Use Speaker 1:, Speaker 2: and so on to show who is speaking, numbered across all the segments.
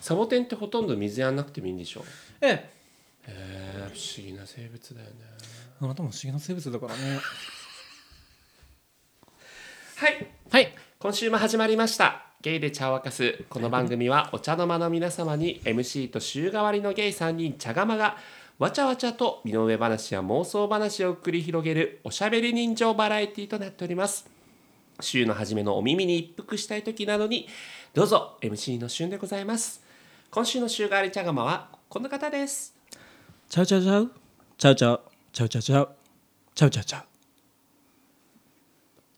Speaker 1: サボテンってほとんど水やんなくてもいいんでしょ
Speaker 2: ええ
Speaker 1: へえ不思議な生物だよね
Speaker 2: あなたも不思議な生物だからね
Speaker 1: はい
Speaker 2: はい
Speaker 1: 今週も始まりましたゲイで茶を沸かすこの番組はお茶の間の皆様に MC と週替わりのゲイ3人茶釜がわちゃわちゃと身の上話や妄想話を繰り広げるおしゃべり人情バラエティとなっております週の初めのお耳に一服したい時などにどうぞ MC の旬でございます今週の週替わり茶釜はこの方です
Speaker 2: ちゃうちゃうちゃうちゃうちゃうちゃうちゃうちゃうちゃうちゃうちゃう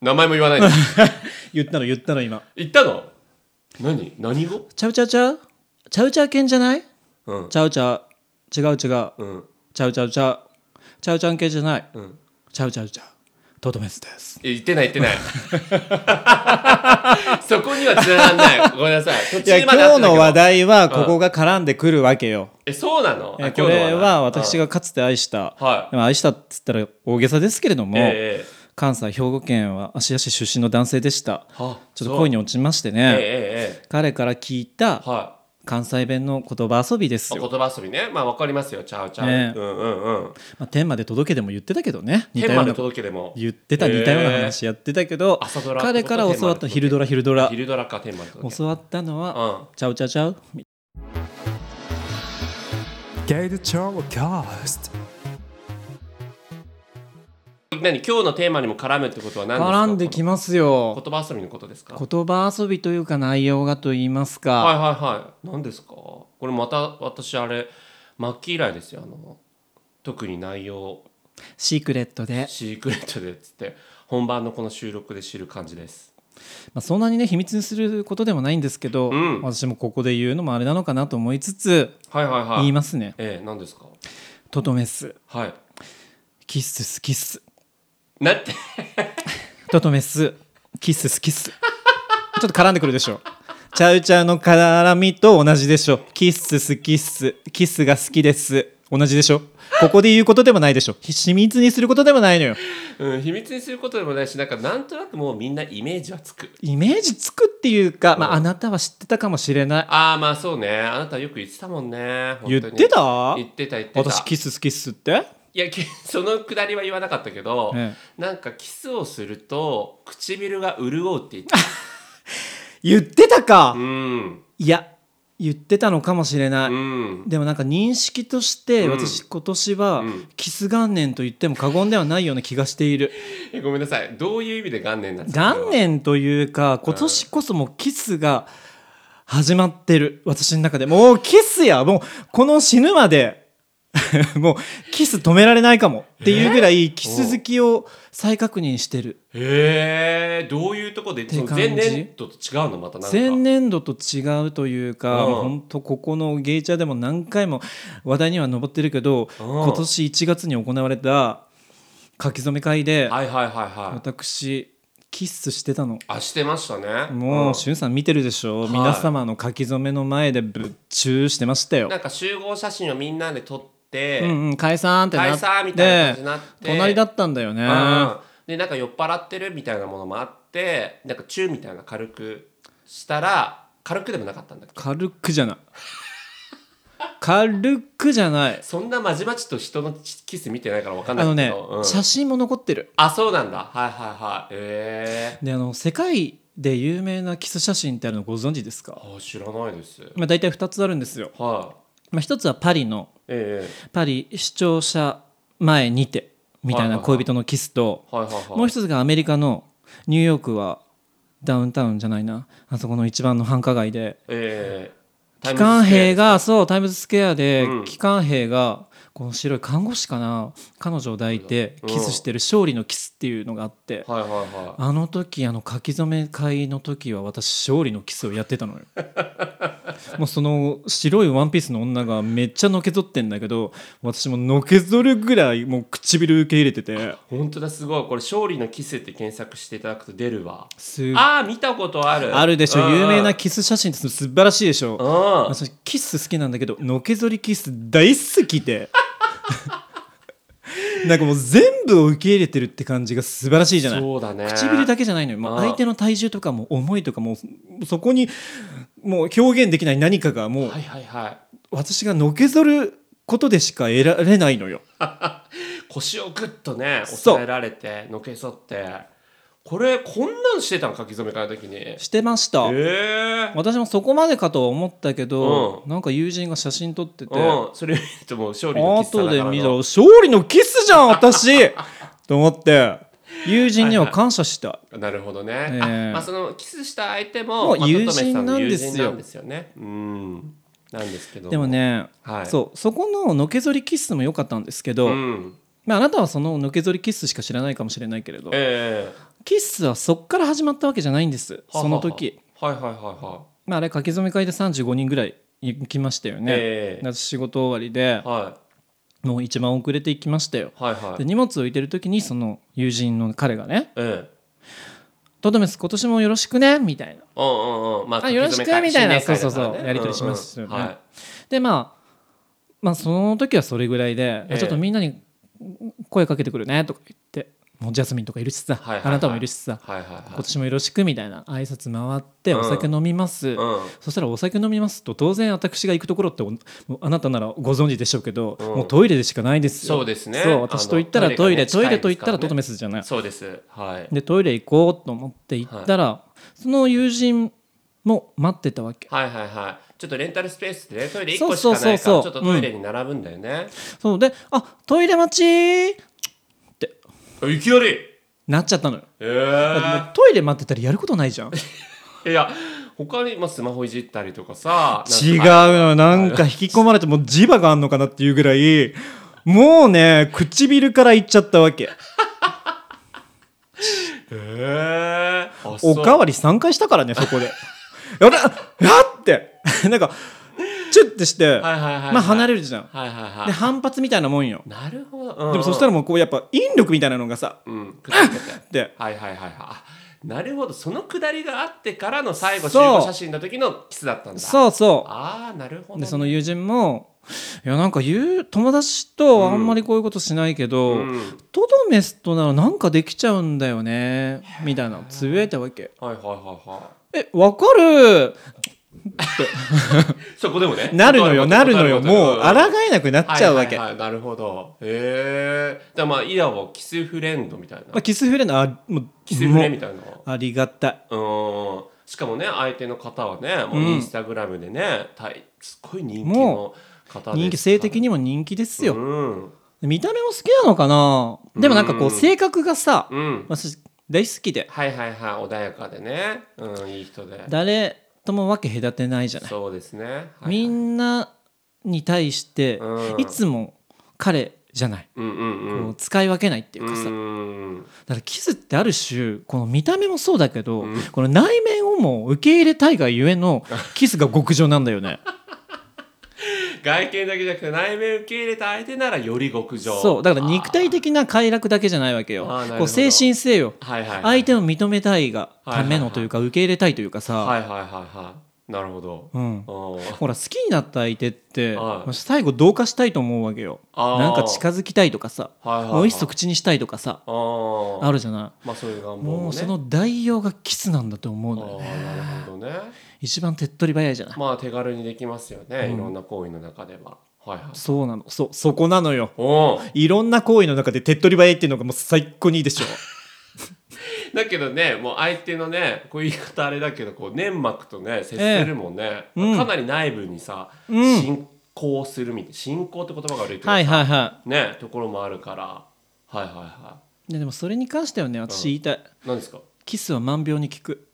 Speaker 1: 名前も言わないです
Speaker 2: 言ったの言ったの今
Speaker 1: 言ったの何何語
Speaker 2: ちゃうちゃうちゃうちゃうちゃう犬じゃない
Speaker 1: うん
Speaker 2: ちゃうちゃう違う違うちゃ
Speaker 1: うん
Speaker 2: うちゃうちゃうちゃうちゃん系じゃない
Speaker 1: うん
Speaker 2: ちゃうちゃうちゃうトートメスです
Speaker 1: いや言ってない言って ないそこにはつながんないごめんなさい途
Speaker 2: いや
Speaker 1: 中
Speaker 2: 今
Speaker 1: まであったんだけ
Speaker 2: 日
Speaker 1: ど
Speaker 2: の話題はここが絡んでくるわけよ、
Speaker 1: えそうなの
Speaker 2: えこれは私
Speaker 1: が
Speaker 2: がかつて愛した、
Speaker 1: は
Speaker 2: まあ愛したっつったら大げさですけれど
Speaker 1: い
Speaker 2: も、
Speaker 1: え
Speaker 2: 関西兵庫県は芦屋市出身の男性でした
Speaker 1: えは
Speaker 2: ちょっと恋に落ちまして
Speaker 1: そうええ
Speaker 2: ね、
Speaker 1: えええ
Speaker 2: 彼から聞い
Speaker 1: え
Speaker 2: た
Speaker 1: は
Speaker 2: 関西弁の言葉遊びです
Speaker 1: い
Speaker 2: よ、
Speaker 1: 言葉遊びねまあわかりますよちゃうちゃう、
Speaker 2: ね
Speaker 1: うんうんうん
Speaker 2: まあ、天まで届けでも言ってたけどね似た
Speaker 1: 天ま
Speaker 2: よう
Speaker 1: で
Speaker 2: な
Speaker 1: 届けでも
Speaker 2: 言ってた似たような話やってたけど、
Speaker 1: 朝ドラ
Speaker 2: 彼から教わった昼ド
Speaker 1: ラ
Speaker 2: ラ昼ドラ
Speaker 1: 昼ドラか天まで届け
Speaker 2: 教わったのは、
Speaker 1: うん
Speaker 2: ちゃうちゃうちゃう
Speaker 3: ゲイルチョーキャスト
Speaker 1: 何今日のテーマにも絡むってことは何ですか
Speaker 2: 絡んでき
Speaker 1: ま
Speaker 2: ますよ
Speaker 1: 言葉遊びのことですかはい
Speaker 2: 言葉遊びというか内容がと言いますか、
Speaker 1: はいはい何ですかこれまた私あれ末期以来ですよあの特に内容
Speaker 2: シークレットで、
Speaker 1: シークレットでっつって本番のこの収録で知る感じです
Speaker 2: まあ、そんなにね秘密にすることでもないんですけど、
Speaker 1: うん
Speaker 2: 私もここで言うのもあれなのかなと思いつつ
Speaker 1: はいはいはい
Speaker 2: 言いますね
Speaker 1: ええ何ですか
Speaker 2: トトメス
Speaker 1: はい
Speaker 2: キッススキッス
Speaker 1: なって
Speaker 2: トトメスキッススキッスちょっと絡んでくるでしょちゃうちゃうの絡みと同じでしょキッススキッスキスが好きです同じでしょここで言うことでもないでしょ秘密にすることでもないのよ
Speaker 1: うん秘密にすることでもないしなんかなんとなくもうみんなイメージはつく
Speaker 2: イメージつくっていうか、まあ、あなたは知ってたかもしれない
Speaker 1: ああまあそうねあなたよく言ってたもんね本当
Speaker 2: 言
Speaker 1: に
Speaker 2: ってた
Speaker 1: 言ってた言ってた
Speaker 2: 私キスキスって
Speaker 1: いやき そのくだりは言わなかったけど、
Speaker 2: え
Speaker 1: なんかキスをすると唇が潤うって言 ってた
Speaker 2: 言ってたか、
Speaker 1: うん
Speaker 2: いや言ってたのかもしれない、
Speaker 1: うん
Speaker 2: でもなんか認識として
Speaker 1: うん
Speaker 2: 私今年は
Speaker 1: うん
Speaker 2: キス元年と言っても過言ではないような気がしている
Speaker 1: えごめんなさいどういう意味で元年なんですか
Speaker 2: 元年というか今年こそもうキスが始まってる私の中でもうキスやもうこの死ぬまで もうキス止められないかもっていうぐらいキス好きを再確認してる
Speaker 1: へえどういうとこで
Speaker 2: て
Speaker 1: その
Speaker 2: 感じ
Speaker 1: 前年度と違うのまたなんか
Speaker 2: 前年度と違うというか、
Speaker 1: うん
Speaker 2: ほんとここのゲイチャーでも何回も話題には上ってるけど、
Speaker 1: うん
Speaker 2: 今年1月に行われた書き初め会で、
Speaker 1: はいはいはいはい
Speaker 2: 私キッスしてたの。
Speaker 1: あしてましたね
Speaker 2: もう、
Speaker 1: ん
Speaker 2: しゅんさん見てるでしょ、
Speaker 1: はい
Speaker 2: 皆様の書き初めの前でぶっちゅうしてましたよ
Speaker 1: な。んか集合写真をみんなで撮って、
Speaker 2: うんうん解散ってな
Speaker 1: 解
Speaker 2: っ
Speaker 1: 散みたいな感
Speaker 2: て
Speaker 1: じになって
Speaker 2: 隣だったんだよね。
Speaker 1: うんでなんか酔っ払ってるみたいなものもあってなんかチューみたいな軽くしたら軽くでもなかったんだけど
Speaker 2: 軽くじゃない。軽くじゃない。
Speaker 1: そんなまじまじと人のキス見てないからわかんな
Speaker 2: あ
Speaker 1: い
Speaker 2: の
Speaker 1: け
Speaker 2: ね、
Speaker 1: ど、うん
Speaker 2: 写真も残ってる。
Speaker 1: あそうなんだはいはいはいえ
Speaker 2: であの世界で有名なキス写真ってあるのご存知ですか、
Speaker 1: ー、あ知らないです
Speaker 2: まあ、大体2つあるんですよ、
Speaker 1: はい
Speaker 2: まあ、1つはパリの
Speaker 1: え
Speaker 2: パリ視聴者前にてみたいな恋人のキスと
Speaker 1: えはいはいはい
Speaker 2: もう1つがアメリカのニューヨークはダウンタウンじゃないなあそこの一番の繁華街で
Speaker 1: ええ
Speaker 2: 機関兵
Speaker 1: が
Speaker 2: がそうタイムズスクエアで
Speaker 1: うん
Speaker 2: 機関兵がこの白い看護師かな彼女を抱いてキスしてる勝利のキスっていうのがあって
Speaker 1: はいはいはい
Speaker 2: あの時あの書き初め会の時は私勝利のキスをやってたのよ もうその白いワンピースの女がめっちゃのけぞってんだけど私ものけぞるぐらいもう唇受け入れてて
Speaker 1: 本当だすごいこれ「勝利のキス」って検索していただくと出るわ
Speaker 2: す
Speaker 1: あー見たことある
Speaker 2: あるでし
Speaker 1: う
Speaker 2: ょ
Speaker 1: ん
Speaker 2: 有名なキス写真って素晴らしいでし
Speaker 1: う
Speaker 2: ょ
Speaker 1: ん
Speaker 2: 私キス好きなんだけどのけぞりキス大好き でなんかもう全部を受け入れてるって感じが素晴らしいじゃない
Speaker 1: そうだね
Speaker 2: 唇だ
Speaker 1: け
Speaker 2: けじゃないのよ、もう
Speaker 1: ああ
Speaker 2: 相手の体重とかも思いとかもそこにもう表現できない何かがもう、
Speaker 1: はいはいはい
Speaker 2: 私がのけぞることでしか得られないのよ
Speaker 1: 腰をグッとね
Speaker 2: そう
Speaker 1: 抑えられてのけそってこれこんなんしてたの書き初め会の時にえ
Speaker 2: してました、
Speaker 1: え
Speaker 2: 私もそこまでかとは思ったけど、
Speaker 1: う
Speaker 2: なんか友人が写真撮ってて、
Speaker 1: うん、それ見るともう勝利の喫茶だ
Speaker 2: 後
Speaker 1: から
Speaker 2: で
Speaker 1: の
Speaker 2: 見たら勝利のキスじゃん 私と思って友人には感謝した
Speaker 1: なるほどね、
Speaker 2: ええ
Speaker 1: あまあそのキスした相手
Speaker 2: も
Speaker 1: も
Speaker 2: う
Speaker 1: まあ
Speaker 2: 友人なんですよ
Speaker 1: トトメさんの友人なんですよねうんなんですけど
Speaker 2: でもね、
Speaker 1: はい
Speaker 2: そうそこののけぞりキスも良かったんですけど、
Speaker 1: うん
Speaker 2: まあ、あなたはそののけぞりキスしか知らないかもしれないけれど
Speaker 1: え
Speaker 2: キスはそっから始まったわけじゃないんです
Speaker 1: えは
Speaker 2: その時、
Speaker 1: はいはいはいは
Speaker 2: まあ、あれ書き初め会で35人ぐらい行きましたよ
Speaker 1: い
Speaker 2: ね、
Speaker 1: ええ
Speaker 2: 夏仕事終わりで
Speaker 1: は
Speaker 2: もう一番遅れて行きましたよ
Speaker 1: いはいはい
Speaker 2: で荷物を置いてる時にその友人の彼がね
Speaker 1: ええ
Speaker 2: 「トトメス今年もよろしくね」みたいな
Speaker 1: うんうんうんまあ
Speaker 2: あよろしく
Speaker 1: 書き初め会
Speaker 2: みたいな
Speaker 1: 新年会だからね
Speaker 2: そうそうそうやり取りしますよ
Speaker 1: う
Speaker 2: ね
Speaker 1: んうんはい
Speaker 2: でまあまあその時はそれぐらいで、
Speaker 1: ええ
Speaker 2: ちょっとみんなに声かけてくるねとか言ってもうジャスミンとかいるしさ、
Speaker 1: はいはいはい
Speaker 2: あなたもいるしさ、
Speaker 1: はいはいはい
Speaker 2: 今年もよろしくみたいな挨拶回って
Speaker 1: うん
Speaker 2: お酒飲みます、
Speaker 1: うん
Speaker 2: そしたらお酒飲みますと当然私が行くところっておもうあなたならご存知でしょうけど、
Speaker 1: うん
Speaker 2: もうトイレでしかないですよ
Speaker 1: そうですね
Speaker 2: そう私と言った
Speaker 1: あ
Speaker 2: ら
Speaker 1: の
Speaker 2: トイレト
Speaker 1: トイレ
Speaker 2: イ
Speaker 1: がね
Speaker 2: レと言った
Speaker 1: 近いですから
Speaker 2: ら
Speaker 1: ね
Speaker 2: トトメスじゃない
Speaker 1: そうですはい
Speaker 2: でトイレ行こうと思って行ったら、その友人も待ってたわけ
Speaker 1: はいはいはいちょっとレンタルスペースでねトイレ1
Speaker 2: そ
Speaker 1: 個
Speaker 2: う
Speaker 1: しか
Speaker 2: そう
Speaker 1: ないか
Speaker 2: そう
Speaker 1: らちょ
Speaker 2: そう
Speaker 1: っとトイレに並ぶんだよね
Speaker 2: そうであトイレ待ちって
Speaker 1: あいきなりえ
Speaker 2: なっちゃったのよ
Speaker 1: え
Speaker 2: だってもうトイレ待ってたらやることないじゃん違
Speaker 1: いや他にまあスマホいじったりとかさ
Speaker 2: う
Speaker 1: なんか
Speaker 2: のなんか引き込まれてもう磁場があんのかなっていうぐらいもうね唇からいっちゃったわけ
Speaker 1: へえあそう
Speaker 2: おかわり3回したからねそこで あれあって なんかチュッてして、
Speaker 1: はいはいはいはい
Speaker 2: まあ離れるじゃん
Speaker 1: はいはいはい
Speaker 2: で反発みたいなもんよ
Speaker 1: なるほど、うんうん
Speaker 2: でもそしたらもうこうやっぱ引力みたいなのがさ
Speaker 1: うんくっつけて
Speaker 2: で
Speaker 1: はいはいはいはいあなるほどそのくだりがあってからの最後集
Speaker 2: そう
Speaker 1: 合写真の時のキスだったんだう
Speaker 2: そうそ
Speaker 1: ああなるほど
Speaker 2: う
Speaker 1: ね
Speaker 2: でその友人もいやなんか言う友達とあんまりこういうことしないけ
Speaker 1: う
Speaker 2: ど、
Speaker 1: ん
Speaker 2: トドメスとならなんかできちゃうんだよねみたいなのつぶやいたわけ
Speaker 1: はいはいはいは
Speaker 2: えわかる
Speaker 1: いそこでもね
Speaker 2: なるのよなるのよもう抗
Speaker 1: ら
Speaker 2: えなくなっちゃうわけ、
Speaker 1: はいはいはい、なるほどへえだからまあいやはキスフレンドみたいな、
Speaker 2: まあ、キスフレンドあもう
Speaker 1: キスフレみ
Speaker 2: も
Speaker 1: たいな
Speaker 2: うありがたいう
Speaker 1: ーんしかもね相手の方はねもうインスタグラムでね、たいすっごい人気の方で
Speaker 2: 人気性的にも人気ですよ、
Speaker 1: うん
Speaker 2: 見た目も好きなのかなでもなんか
Speaker 1: う
Speaker 2: こ
Speaker 1: ん
Speaker 2: う性格がさ、
Speaker 1: うん
Speaker 2: 私大好きで
Speaker 1: はいはいはい穏やかでねうんいい人で
Speaker 2: 誰とも分け隔てないじゃない、
Speaker 1: そうですね、はいはい
Speaker 2: みんなに対して
Speaker 1: うん
Speaker 2: いつも彼じゃない、
Speaker 1: うんうんう
Speaker 2: こ
Speaker 1: ん
Speaker 2: う使い分けないっていううかさ、
Speaker 1: ん
Speaker 2: だからキスってある種この見た目もそうだけど、
Speaker 1: うん
Speaker 2: この内面をも受け入れたいがゆえ のキスが極上なんだよね
Speaker 1: 外見だけじゃなくて内面受け入れた相手ならより極上
Speaker 2: そうだから肉体的な快楽だけじゃないわけよ
Speaker 1: あーなるほど
Speaker 2: こう精神性よ
Speaker 1: あーはいはい、はい、
Speaker 2: 相手を認めたいがためのというか受け入れたいというかさ、
Speaker 1: はいはいはいはいなるほど
Speaker 2: うん、
Speaker 1: おー
Speaker 2: ほら好きになった相手って
Speaker 1: はい
Speaker 2: 最後同化したいと思うわけよ
Speaker 1: あー
Speaker 2: なんか近づきたいとかさ
Speaker 1: はいはいはい
Speaker 2: もういっそ口にしたいとかさ
Speaker 1: あー
Speaker 2: あるじゃな
Speaker 1: まあそういう願望
Speaker 2: い
Speaker 1: もね
Speaker 2: もうその代用がキスなんだと思うのよ
Speaker 1: あ
Speaker 2: ね
Speaker 1: ーなるほどね
Speaker 2: 一番手っ取り早いじゃない
Speaker 1: まあ手軽にできますよね、いろんな行為の中でははいはい
Speaker 2: そうなのそそこなのよ
Speaker 1: おー
Speaker 2: いろんな行為の中で手っ取り早いっていうのがもう最高にいいでしょ
Speaker 1: だけどねもう相手のねこういう言い方あれだけどこう粘膜とね接するもんね、
Speaker 2: うん
Speaker 1: かなり内部にさ、
Speaker 2: うん
Speaker 1: 進行するみたいな進行って言葉が悪いけど、
Speaker 2: はいはいは
Speaker 1: ねところもあるからはいはいはい
Speaker 2: ででもそれに関してはね私言いたい
Speaker 1: い何ですか
Speaker 2: キスは万病に効く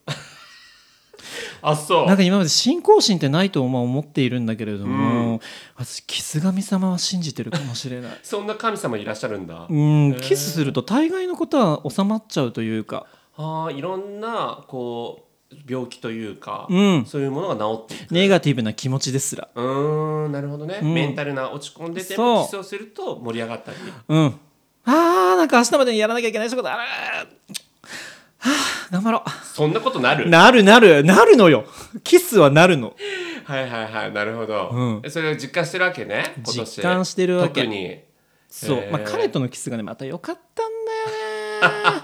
Speaker 1: あそう
Speaker 2: なんか今まで信仰心ってないとまあ思っているんだけれども、私キス神様は信じてるかもしれない
Speaker 1: そんな神様いらっしゃるんだ、
Speaker 2: うんキスすると大概のことは収まっちゃうというか
Speaker 1: ああいろんなこう病気というか、
Speaker 2: うん
Speaker 1: そういうものが治っていく
Speaker 2: ネガティブな気持ちですら
Speaker 1: うーんなるほどね、
Speaker 2: うん
Speaker 1: メンタルな落ち込んでて
Speaker 2: そ
Speaker 1: も
Speaker 2: う
Speaker 1: キスをすると盛り上がったり
Speaker 2: うんあーなんか明日までにやらなきゃいけない仕事あらはあ頑張ろ
Speaker 1: そんなことな
Speaker 2: う
Speaker 1: る
Speaker 2: なるなるなるのよキスはなるの
Speaker 1: はいはいはいなるほど、
Speaker 2: うん
Speaker 1: えそれを実感してるわけね今年
Speaker 2: 実感してるわけ
Speaker 1: 特に
Speaker 2: そう、
Speaker 1: へー
Speaker 2: まあ、彼とのキスがねまた良かったん だよ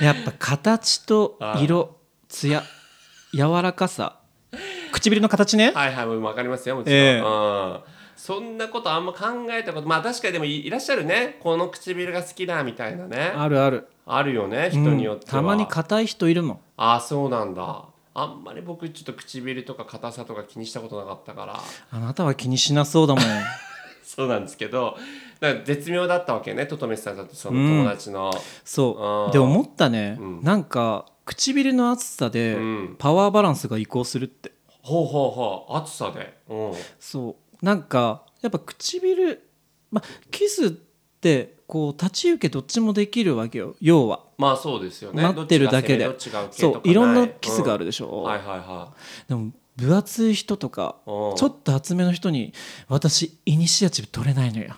Speaker 2: ねやっぱ形と色艶柔らかさ唇の形ね、
Speaker 1: はいはいもう分かりますよもちろん、
Speaker 2: ええ
Speaker 1: うん、そんなことあんま考えたことまあ確かにでもいいらっしゃるねこの唇が好きだみたいなねあ
Speaker 2: あるある
Speaker 1: るよね人
Speaker 2: うん
Speaker 1: によっては、
Speaker 2: たまに硬い人いるもん
Speaker 1: ああそうなんだあんまり僕ちょっと唇とか硬さとか気にしたことなかったから
Speaker 2: あなたは気にしなそうだもん
Speaker 1: そうなんですけどだから絶妙だったわけねトトメスさんだとその
Speaker 2: うん
Speaker 1: 友達の、
Speaker 2: そ
Speaker 1: あー
Speaker 2: うで思ったね、
Speaker 1: うん
Speaker 2: なんか唇の厚さで
Speaker 1: うん
Speaker 2: パワーバランスが移行するって
Speaker 1: ほうほうほう暑さで、うん、
Speaker 2: そうなんかやっぱ唇、ま、キスってこう立ち受けどっちもできるわけよ要は
Speaker 1: まあそうですよね
Speaker 2: 待ってるだけで
Speaker 1: どっちが攻めどっちが受けと
Speaker 2: そ
Speaker 1: か
Speaker 2: ういろんなキスがあ
Speaker 1: る、
Speaker 2: るでしょ、
Speaker 1: うんはいはいは
Speaker 2: でも分厚い人とか
Speaker 1: い
Speaker 2: ち
Speaker 1: うん
Speaker 2: ょっと厚めの人に私イニシアチブ取れないのよ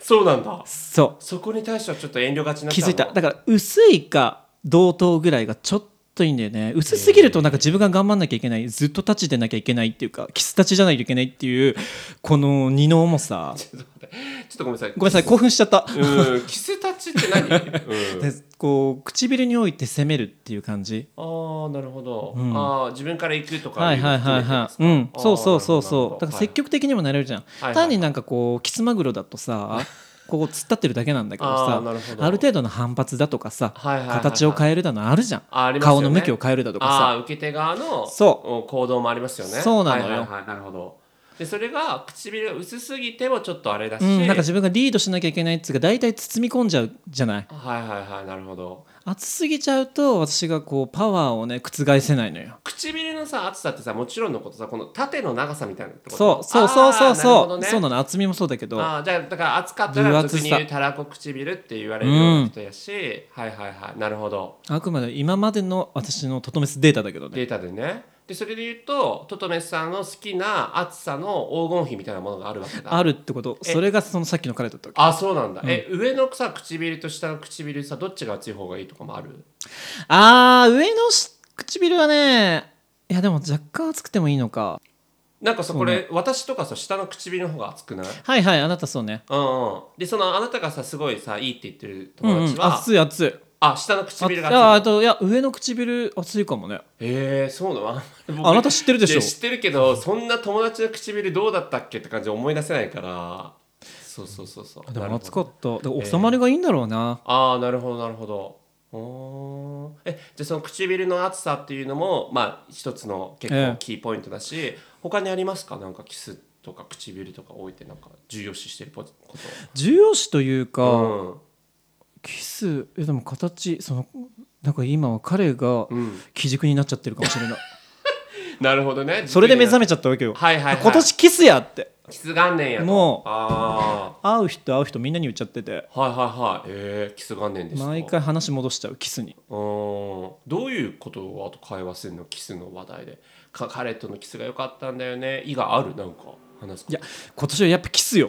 Speaker 1: そうなんだ
Speaker 2: そ
Speaker 1: そこに対してはちょっと遠慮がち
Speaker 2: う
Speaker 1: になっ
Speaker 2: 気
Speaker 1: ちゃうの
Speaker 2: づいただから薄いか同等ぐらいがちょっといいんだよね薄すぎるとなんか自分が頑張んなきゃいけないずっと立ちでなきゃいけないっていうかキス立ちじゃないといけないっていうこの荷の重さ
Speaker 1: ちょっとごめんなさい
Speaker 2: ごめんなさい興奮しちゃった
Speaker 1: うんキスタッチって 何、うん
Speaker 2: でこう唇において攻めるっていう感じ
Speaker 1: ああなるほど、
Speaker 2: うん
Speaker 1: ああ自分から行くとか
Speaker 2: はいはいはいはいうんそうそうそうそうだから積
Speaker 1: 極
Speaker 2: 極的にもなれるじゃん、
Speaker 1: いはい
Speaker 2: 単になんかこうキスマグロだとさここ突っ立ってるだけなんだけど
Speaker 1: あー
Speaker 2: さ
Speaker 1: なるほど
Speaker 2: ある程度の反発だとかさ、
Speaker 1: はいはいはいはい
Speaker 2: 形を変えるだのあるじゃん
Speaker 1: あありますよね
Speaker 2: 顔の向きを変えるだとか
Speaker 1: ああ
Speaker 2: さ
Speaker 1: 受け手側の
Speaker 2: そう
Speaker 1: うん行動もありますよね
Speaker 2: そうなのよ
Speaker 1: はいはいはいなるほどでそれが唇が薄すぎてもちょっとあれだし、
Speaker 2: うん、なんか自分がリードしなきゃいけないっつうか大体包み込んじゃうじゃない
Speaker 1: はいはいはいなるほど
Speaker 2: 熱すぎちゃうと私がこうパワーをね覆せないのよ
Speaker 1: 唇のさ厚さってさもちろんのことさこの縦の長さみたいなってこと
Speaker 2: そうそうそ
Speaker 1: あ
Speaker 2: うそう
Speaker 1: ーなるほ
Speaker 2: そ
Speaker 1: ど
Speaker 2: う、
Speaker 1: ね
Speaker 2: そうなの厚みもそうだけど
Speaker 1: あーじゃあだから厚かった
Speaker 2: 分
Speaker 1: ら
Speaker 2: 厚
Speaker 1: 俗
Speaker 2: さ
Speaker 1: に言うたらこ唇って言われるような人やし、はいはいはいなるほど
Speaker 2: あくまで今までの私のととめすデータだけどね
Speaker 1: データでねでそれで言うとトトメスさんの好きな厚さの黄金比みたいなものがあるわけだ
Speaker 2: あるってことそれがそのさっきの彼だったわけ
Speaker 1: あそうなんだ、え上のさ唇と下の唇さどっちが厚い方がいいとかもある
Speaker 2: あー上のし唇はねいやでも若干厚くてもいいのか
Speaker 1: なんかさこれ、私とかさ下の唇の方が厚くない
Speaker 2: はいはいあなたそうね
Speaker 1: うんうんでそのあなたがさすごいさいいって言ってる
Speaker 2: う
Speaker 1: 友
Speaker 2: んう
Speaker 1: 達
Speaker 2: ん
Speaker 1: は、
Speaker 2: 熱い熱い
Speaker 1: あ下の
Speaker 2: あ
Speaker 1: 唇が
Speaker 2: あ
Speaker 1: 厚い
Speaker 2: あといや上の唇熱いかもね
Speaker 1: えー、そうなのあんまり僕
Speaker 2: あなた知ってるでしょ
Speaker 1: いや知ってるけどそんな友達の唇どうだったっけって感じ思い出せないからそうそうそうそう
Speaker 2: で
Speaker 1: なる
Speaker 2: も
Speaker 1: ほ
Speaker 2: 熱か
Speaker 1: ど
Speaker 2: っただから収まりがいいんだろうな、
Speaker 1: ああなるほどなるほどおーえじゃあその唇の厚さっていうのもまあ一つの結
Speaker 2: え
Speaker 1: 構
Speaker 2: え
Speaker 1: キーポイントだし、他にありますかなんかキスとか唇とか置いてなんか重要視してるポこ
Speaker 2: 重要視というか、
Speaker 1: とうん
Speaker 2: キスえでも形そのなんか今は彼が
Speaker 1: うん
Speaker 2: 基軸になっちゃってるかもしれない
Speaker 1: なるほどね
Speaker 2: それで目覚
Speaker 1: め
Speaker 2: めちゃったわ けよ、
Speaker 1: はいはい、はい、
Speaker 2: 今年キスやって
Speaker 1: キス元年やと
Speaker 2: もう
Speaker 1: あ
Speaker 2: 会う人会う人みんなに言っちゃってて
Speaker 1: あはいはいはいえー、キス元年ですか
Speaker 2: 毎回話戻しちゃうキスに
Speaker 1: うーんどういうことをあと会話するのキスの話題でか彼とのキスが良かったんだよね以があるなんか話すこと
Speaker 2: いや今年はやっぱキスよ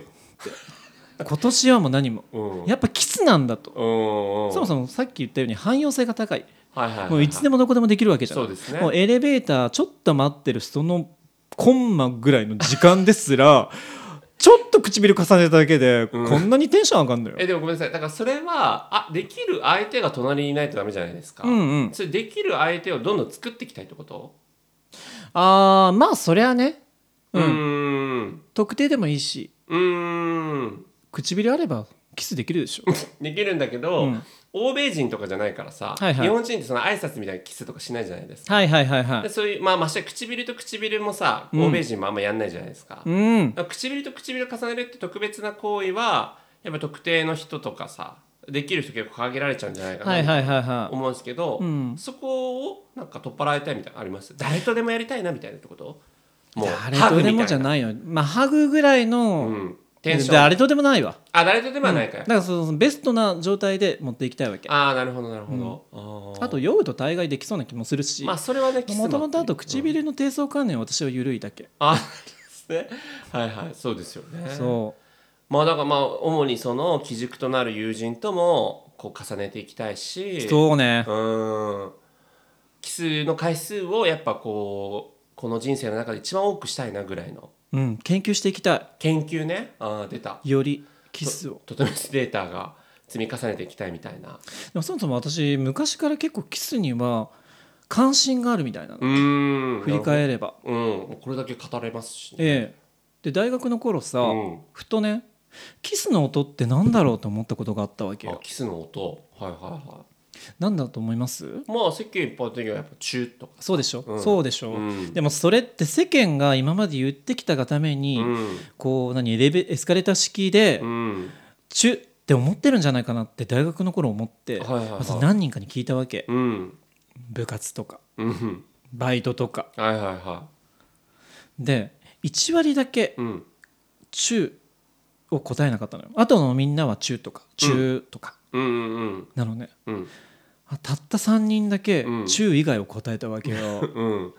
Speaker 2: って今年はもう何も
Speaker 1: うん
Speaker 2: やっぱキスなんだと
Speaker 1: うんうんうん
Speaker 2: そもそもさっき言ったように汎用性が高い
Speaker 1: はいはいは
Speaker 2: もういつで
Speaker 1: も
Speaker 2: もどこでもできるわけじゃん
Speaker 1: そうですね
Speaker 2: もうエレベーターちょっと待ってるそのコンマぐらいの時間で すらちょっと唇重ねただけで
Speaker 1: うん
Speaker 2: こんなにテンション上がるのよ
Speaker 1: えでもごめんなさいだからそれはあできる相手が隣にいないとダメじゃないですか、
Speaker 2: うんうん
Speaker 1: それできる相手をどんどん作っていきたいってこと
Speaker 2: あーまあそりゃね
Speaker 1: う
Speaker 2: うん
Speaker 1: ーん
Speaker 2: 特定でもいいし
Speaker 1: うーん
Speaker 2: 唇あればキスできるでしょ
Speaker 1: できるんだけど、
Speaker 2: うん
Speaker 1: 欧米人とかじゃないからさ、
Speaker 2: はいはい
Speaker 1: 日本人ってその挨拶みたいなキスとかしないじゃないですか、
Speaker 2: はいはいはいは
Speaker 1: で
Speaker 2: い
Speaker 1: そういうまあましてや唇と唇もさ
Speaker 2: うん
Speaker 1: 欧米人もあんまやんないじゃないですか、
Speaker 2: うん
Speaker 1: 唇と唇を重ねるって特別な行為はやっぱ特定の人とかさできる人結構限られちゃうんじゃないか
Speaker 2: はいは
Speaker 1: ない
Speaker 2: はい
Speaker 1: と
Speaker 2: はい
Speaker 1: 思うんですけど、
Speaker 2: うん
Speaker 1: そこをなんか取っ払いたいみたいなのあります誰とでもやりたいなみたいなってこともう
Speaker 2: 誰とでもじゃ
Speaker 1: い、
Speaker 2: ないのまあハグぐらいの、
Speaker 1: うん、テンション
Speaker 2: 誰とでもないわ
Speaker 1: あ誰とでもはないかよ、
Speaker 2: だからそのベストな状態で持っていきたいわけあ
Speaker 1: ああなるほどなるほど、あー
Speaker 2: と酔うと大概できそうな気もするし
Speaker 1: まあ
Speaker 2: も
Speaker 1: それはねキスも
Speaker 2: ともとあと唇の低層関連は私は緩いだけ、
Speaker 1: あですねはいはいそうですよね
Speaker 2: そ
Speaker 1: まあだからまあ主にその基軸となる友人ともこう重ねていきたいうし
Speaker 2: そうね
Speaker 1: うーんキスの回数をやっぱこうこの人生の中で一番多くしたいなぐらいの
Speaker 2: うん研究していきた
Speaker 1: 研究ねあー出た
Speaker 2: いよりキスを
Speaker 1: とてもデータが積み重ねていきたいみたいな
Speaker 2: でもそもそも私昔から結構キスには関心があるみたいなの
Speaker 1: うーん
Speaker 2: 振り返れば
Speaker 1: うんこれだけ語れますしね
Speaker 2: ええで大学の頃さ、
Speaker 1: うん
Speaker 2: ふとねキスの音ってなんだろうと思ったことがあったわけ
Speaker 1: あ
Speaker 2: よ
Speaker 1: キスの音はいはいは
Speaker 2: なんだと思います
Speaker 1: いまあ世間一般的にはやっぱチューとか
Speaker 2: そうでしょ、
Speaker 1: うん
Speaker 2: そうでしょ、
Speaker 1: うん
Speaker 2: でもそれって世間が今まで言ってきたがために、
Speaker 1: うん
Speaker 2: こう何エレベエスカレーター式で、
Speaker 1: うん
Speaker 2: チュッって思ってるんじゃないかなって大学の頃思って、
Speaker 1: はいはいはい
Speaker 2: まず何人かに聞いたわけ、
Speaker 1: うん
Speaker 2: 部活とか
Speaker 1: うん
Speaker 2: バイトとか
Speaker 1: はいはいは
Speaker 2: で1割だけ
Speaker 1: いうん
Speaker 2: 「中」を答えなかったのよあとのみんなは「中」とか「中」とか
Speaker 1: うんうん
Speaker 2: なのね、
Speaker 1: うん
Speaker 2: あたった3人だけ
Speaker 1: う
Speaker 2: 「
Speaker 1: ん
Speaker 2: 中」以外を答えたわけよ、
Speaker 1: うん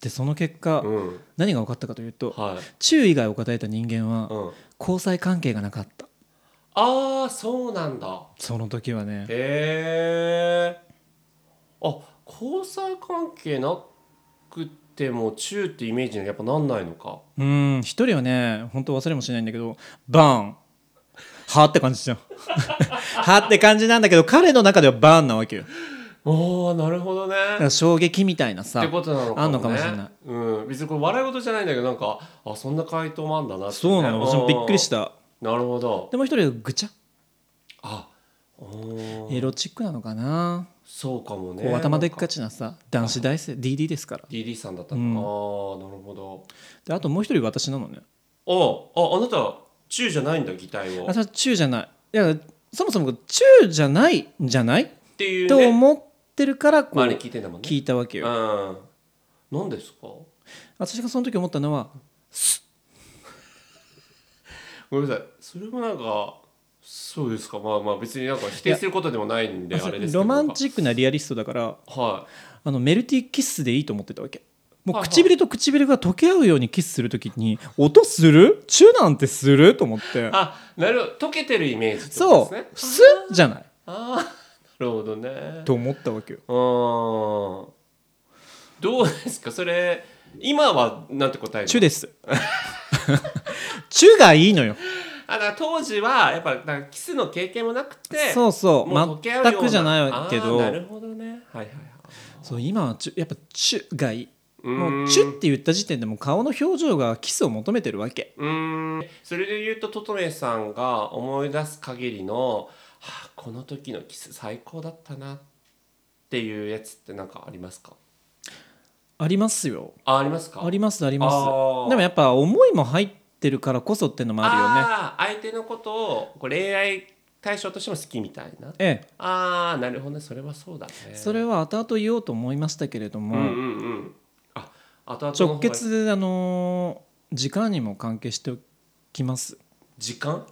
Speaker 2: でその結果、
Speaker 1: うん
Speaker 2: 何が分かったかというと
Speaker 1: はい
Speaker 2: 「中」以外を答えた人間は、
Speaker 1: うん
Speaker 2: 交際関係がなかった
Speaker 1: ああそうなんだ
Speaker 2: その時はね
Speaker 1: へえあ交際関係なくてもチューってイメージにやっぱなんないのか
Speaker 2: うん一人はね本当忘れもしないんだけどバーンはあって感じ じゃんはあって感じなんだけど彼の中ではバーンなわけよ
Speaker 1: ああなるほどね
Speaker 2: だから衝撃みたいなさ
Speaker 1: ってことなのかも、ね、
Speaker 2: あんのかもしれない
Speaker 1: うん、別にこれ笑い事じゃないんだけどなんかあそんな回答もあんだなってね、
Speaker 2: そうなの私もびっくりしたた
Speaker 1: なるほど
Speaker 2: でもう一人はぐちゃ
Speaker 1: あお
Speaker 2: エロチックなのかな、
Speaker 1: そうかもね
Speaker 2: こう頭でっか
Speaker 1: なん
Speaker 2: ちなさ男子大生 DD ですから
Speaker 1: DD さんだったのか、
Speaker 2: うん
Speaker 1: ああなるほど
Speaker 2: であともう一人私なのね
Speaker 1: あああなたチューじゃないんだ擬態を
Speaker 2: あ
Speaker 1: っ
Speaker 2: それは中じゃないいやそもそも中じゃないんじゃない、
Speaker 1: ていう
Speaker 2: と
Speaker 1: ね
Speaker 2: 思ってるからこう
Speaker 1: 周り聞いてんだもんね
Speaker 2: 聞いたわけよ
Speaker 1: うん何ですか
Speaker 2: 私がその時思ったのは
Speaker 1: ごめんなさいそれもなんかそうですかまあまあ別になんか否定することでもないんであれですけど
Speaker 2: ロマンチックなリアリストだから
Speaker 1: は
Speaker 2: あのメルティーキッスでいいと思ってたわけも
Speaker 1: は
Speaker 2: う
Speaker 1: いはい
Speaker 2: 唇と唇が溶け合うようにキスするときに音するチュなんてすると思って
Speaker 1: いあなるほど溶けてるイメージってこと
Speaker 2: そ
Speaker 1: ですね
Speaker 2: うすじゃない
Speaker 1: ああなるほどね
Speaker 2: と思ったわけよ
Speaker 1: うーんどうですかそれ今はなんて答えるの
Speaker 2: チュですチュがいいのよ
Speaker 1: あだから当時はやっぱなんかキスの経験もなくて
Speaker 2: そうそう
Speaker 1: もう溶け合うよう
Speaker 2: 全くじゃないけど
Speaker 1: あーなるほどねはいはいはい
Speaker 2: そう今はチュやっぱチュがいい
Speaker 1: ー
Speaker 2: も
Speaker 1: ん
Speaker 2: うチュって言った時点でもう顔の表情がキスを求めてるわけ
Speaker 1: うーんそれで言うとトトメさんが思い出す限りの、はあ、この時のキス最高だったなっていうやつってなんかありますか
Speaker 2: ありますよ
Speaker 1: あありますか
Speaker 2: あり
Speaker 1: ま
Speaker 2: ますあります
Speaker 1: あー
Speaker 2: でもやっぱ思いも入ってるからこそってのもあるよね
Speaker 1: あー相手のことをこう恋愛対象としても好きみたいな
Speaker 2: ええ
Speaker 1: ああなるほどねそれはそうだね
Speaker 2: それは後々言おうと思いましたけれども、
Speaker 1: うんうんうんあ後々の方が
Speaker 2: 直結であのー時間にも関係しておきます
Speaker 1: 時間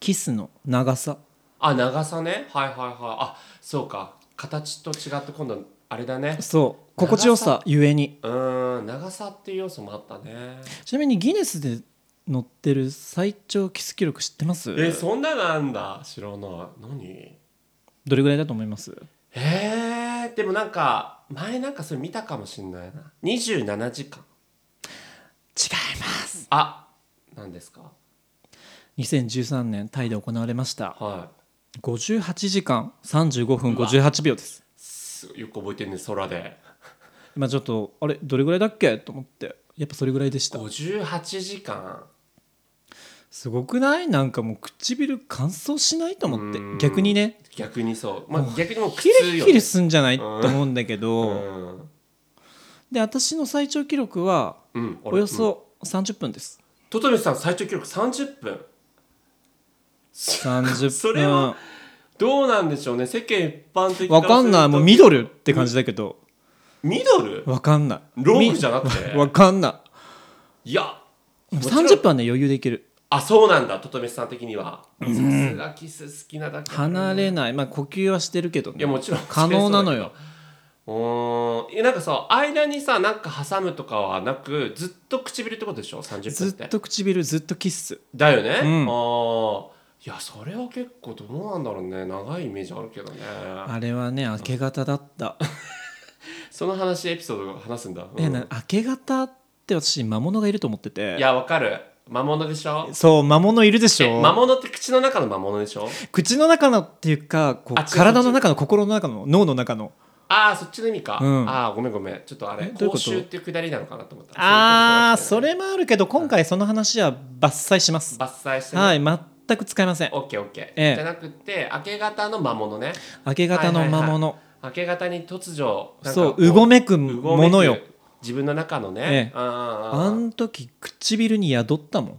Speaker 2: キスの長さ
Speaker 1: あ長さねはいはいはいあそうか形と違って今度あれだね
Speaker 2: そう心地よさゆえに
Speaker 1: うーん長さっていう要素もあったね
Speaker 2: ちなみにギネスで載ってる最長キス記録知ってます
Speaker 1: えそんなのあんだ知らない何
Speaker 2: どれぐらいだと思います
Speaker 1: えー、でもなんか前なんかそれ見たかもしんないな27時間
Speaker 2: 違います
Speaker 1: あ何ですか
Speaker 2: 2013年タイで行われました
Speaker 1: は
Speaker 2: 58時間35分58秒です
Speaker 1: いすよく覚えてるね空で
Speaker 2: 今ちょっとあれどれぐらいだっけと思ってやっぱそれぐらいでした
Speaker 1: 58時間
Speaker 2: すごくないなんかもう唇乾燥しないと思って
Speaker 1: うん
Speaker 2: 逆にね
Speaker 1: 逆にそうまあ逆にもう苦
Speaker 2: ヒ
Speaker 1: 痛
Speaker 2: リ
Speaker 1: よ、ね、
Speaker 2: ヒリすんじゃないと思うんだけど
Speaker 1: うん
Speaker 2: で私の最長記録は
Speaker 1: うん、
Speaker 2: およ
Speaker 1: うん
Speaker 2: そ30 分です
Speaker 1: トトミさん最長記録30分そ
Speaker 2: 30
Speaker 1: れは
Speaker 2: 分
Speaker 1: どうなんでしょうね世間一般的
Speaker 2: わかんないもうミ
Speaker 1: ル
Speaker 2: ドルって感じだけど
Speaker 1: ミドル
Speaker 2: わかんない
Speaker 1: ロングじゃなくて
Speaker 2: みわかんない
Speaker 1: や
Speaker 2: い
Speaker 1: もちろん
Speaker 2: 30分はね余裕でいける
Speaker 1: あそうなんだトトメさん的にはさすがキス好きなだけある
Speaker 2: 離れないまあ呼吸はしてるけどね
Speaker 1: いやもちろん
Speaker 2: 可能な のよ
Speaker 1: うーんいやなんかさ間にさなんか挟むとかはなくずっと唇ってことでしょ30分
Speaker 2: ず
Speaker 1: っ
Speaker 2: ってと唇ずっとキッス
Speaker 1: だよね、
Speaker 2: うん
Speaker 1: あーいやそれは結構どうなんだろうね長いイメージあるけどね
Speaker 2: あれはね明け方だった
Speaker 1: その話エピソードを話すんだ、うん
Speaker 2: ねな明け方って私魔物がいると思ってて
Speaker 1: いやわかる魔物でしょ
Speaker 2: そう魔物いるでし
Speaker 1: え魔
Speaker 2: ょ
Speaker 1: 物って口の中の魔物でしょ
Speaker 2: 口の中のっていうかこ
Speaker 1: あ違う
Speaker 2: う体の中の心の中の脳の中の
Speaker 1: ああそっちの意味か、
Speaker 2: うん
Speaker 1: ああごめんごめんちょっとあれ
Speaker 2: えどういう
Speaker 1: 講
Speaker 2: こと
Speaker 1: 習っていうくだりなのかなと思った
Speaker 2: ああ
Speaker 1: そう
Speaker 2: そ
Speaker 1: いうこ
Speaker 2: れもあるけど今回その話は伐採します
Speaker 1: とじゃなくてね伐採してね
Speaker 2: はい全く使いません
Speaker 1: オッケーオッケ
Speaker 2: ええ
Speaker 1: ーじゃなくて明け方の魔物ね
Speaker 2: 明け方の魔物、
Speaker 1: 明け方に突如なんか
Speaker 2: そう
Speaker 1: こ
Speaker 2: うごめく
Speaker 1: うご
Speaker 2: も
Speaker 1: めく
Speaker 2: のよ
Speaker 1: 自分の中の
Speaker 2: ええ
Speaker 1: ね、ああああ
Speaker 2: あん時唇に宿ったもん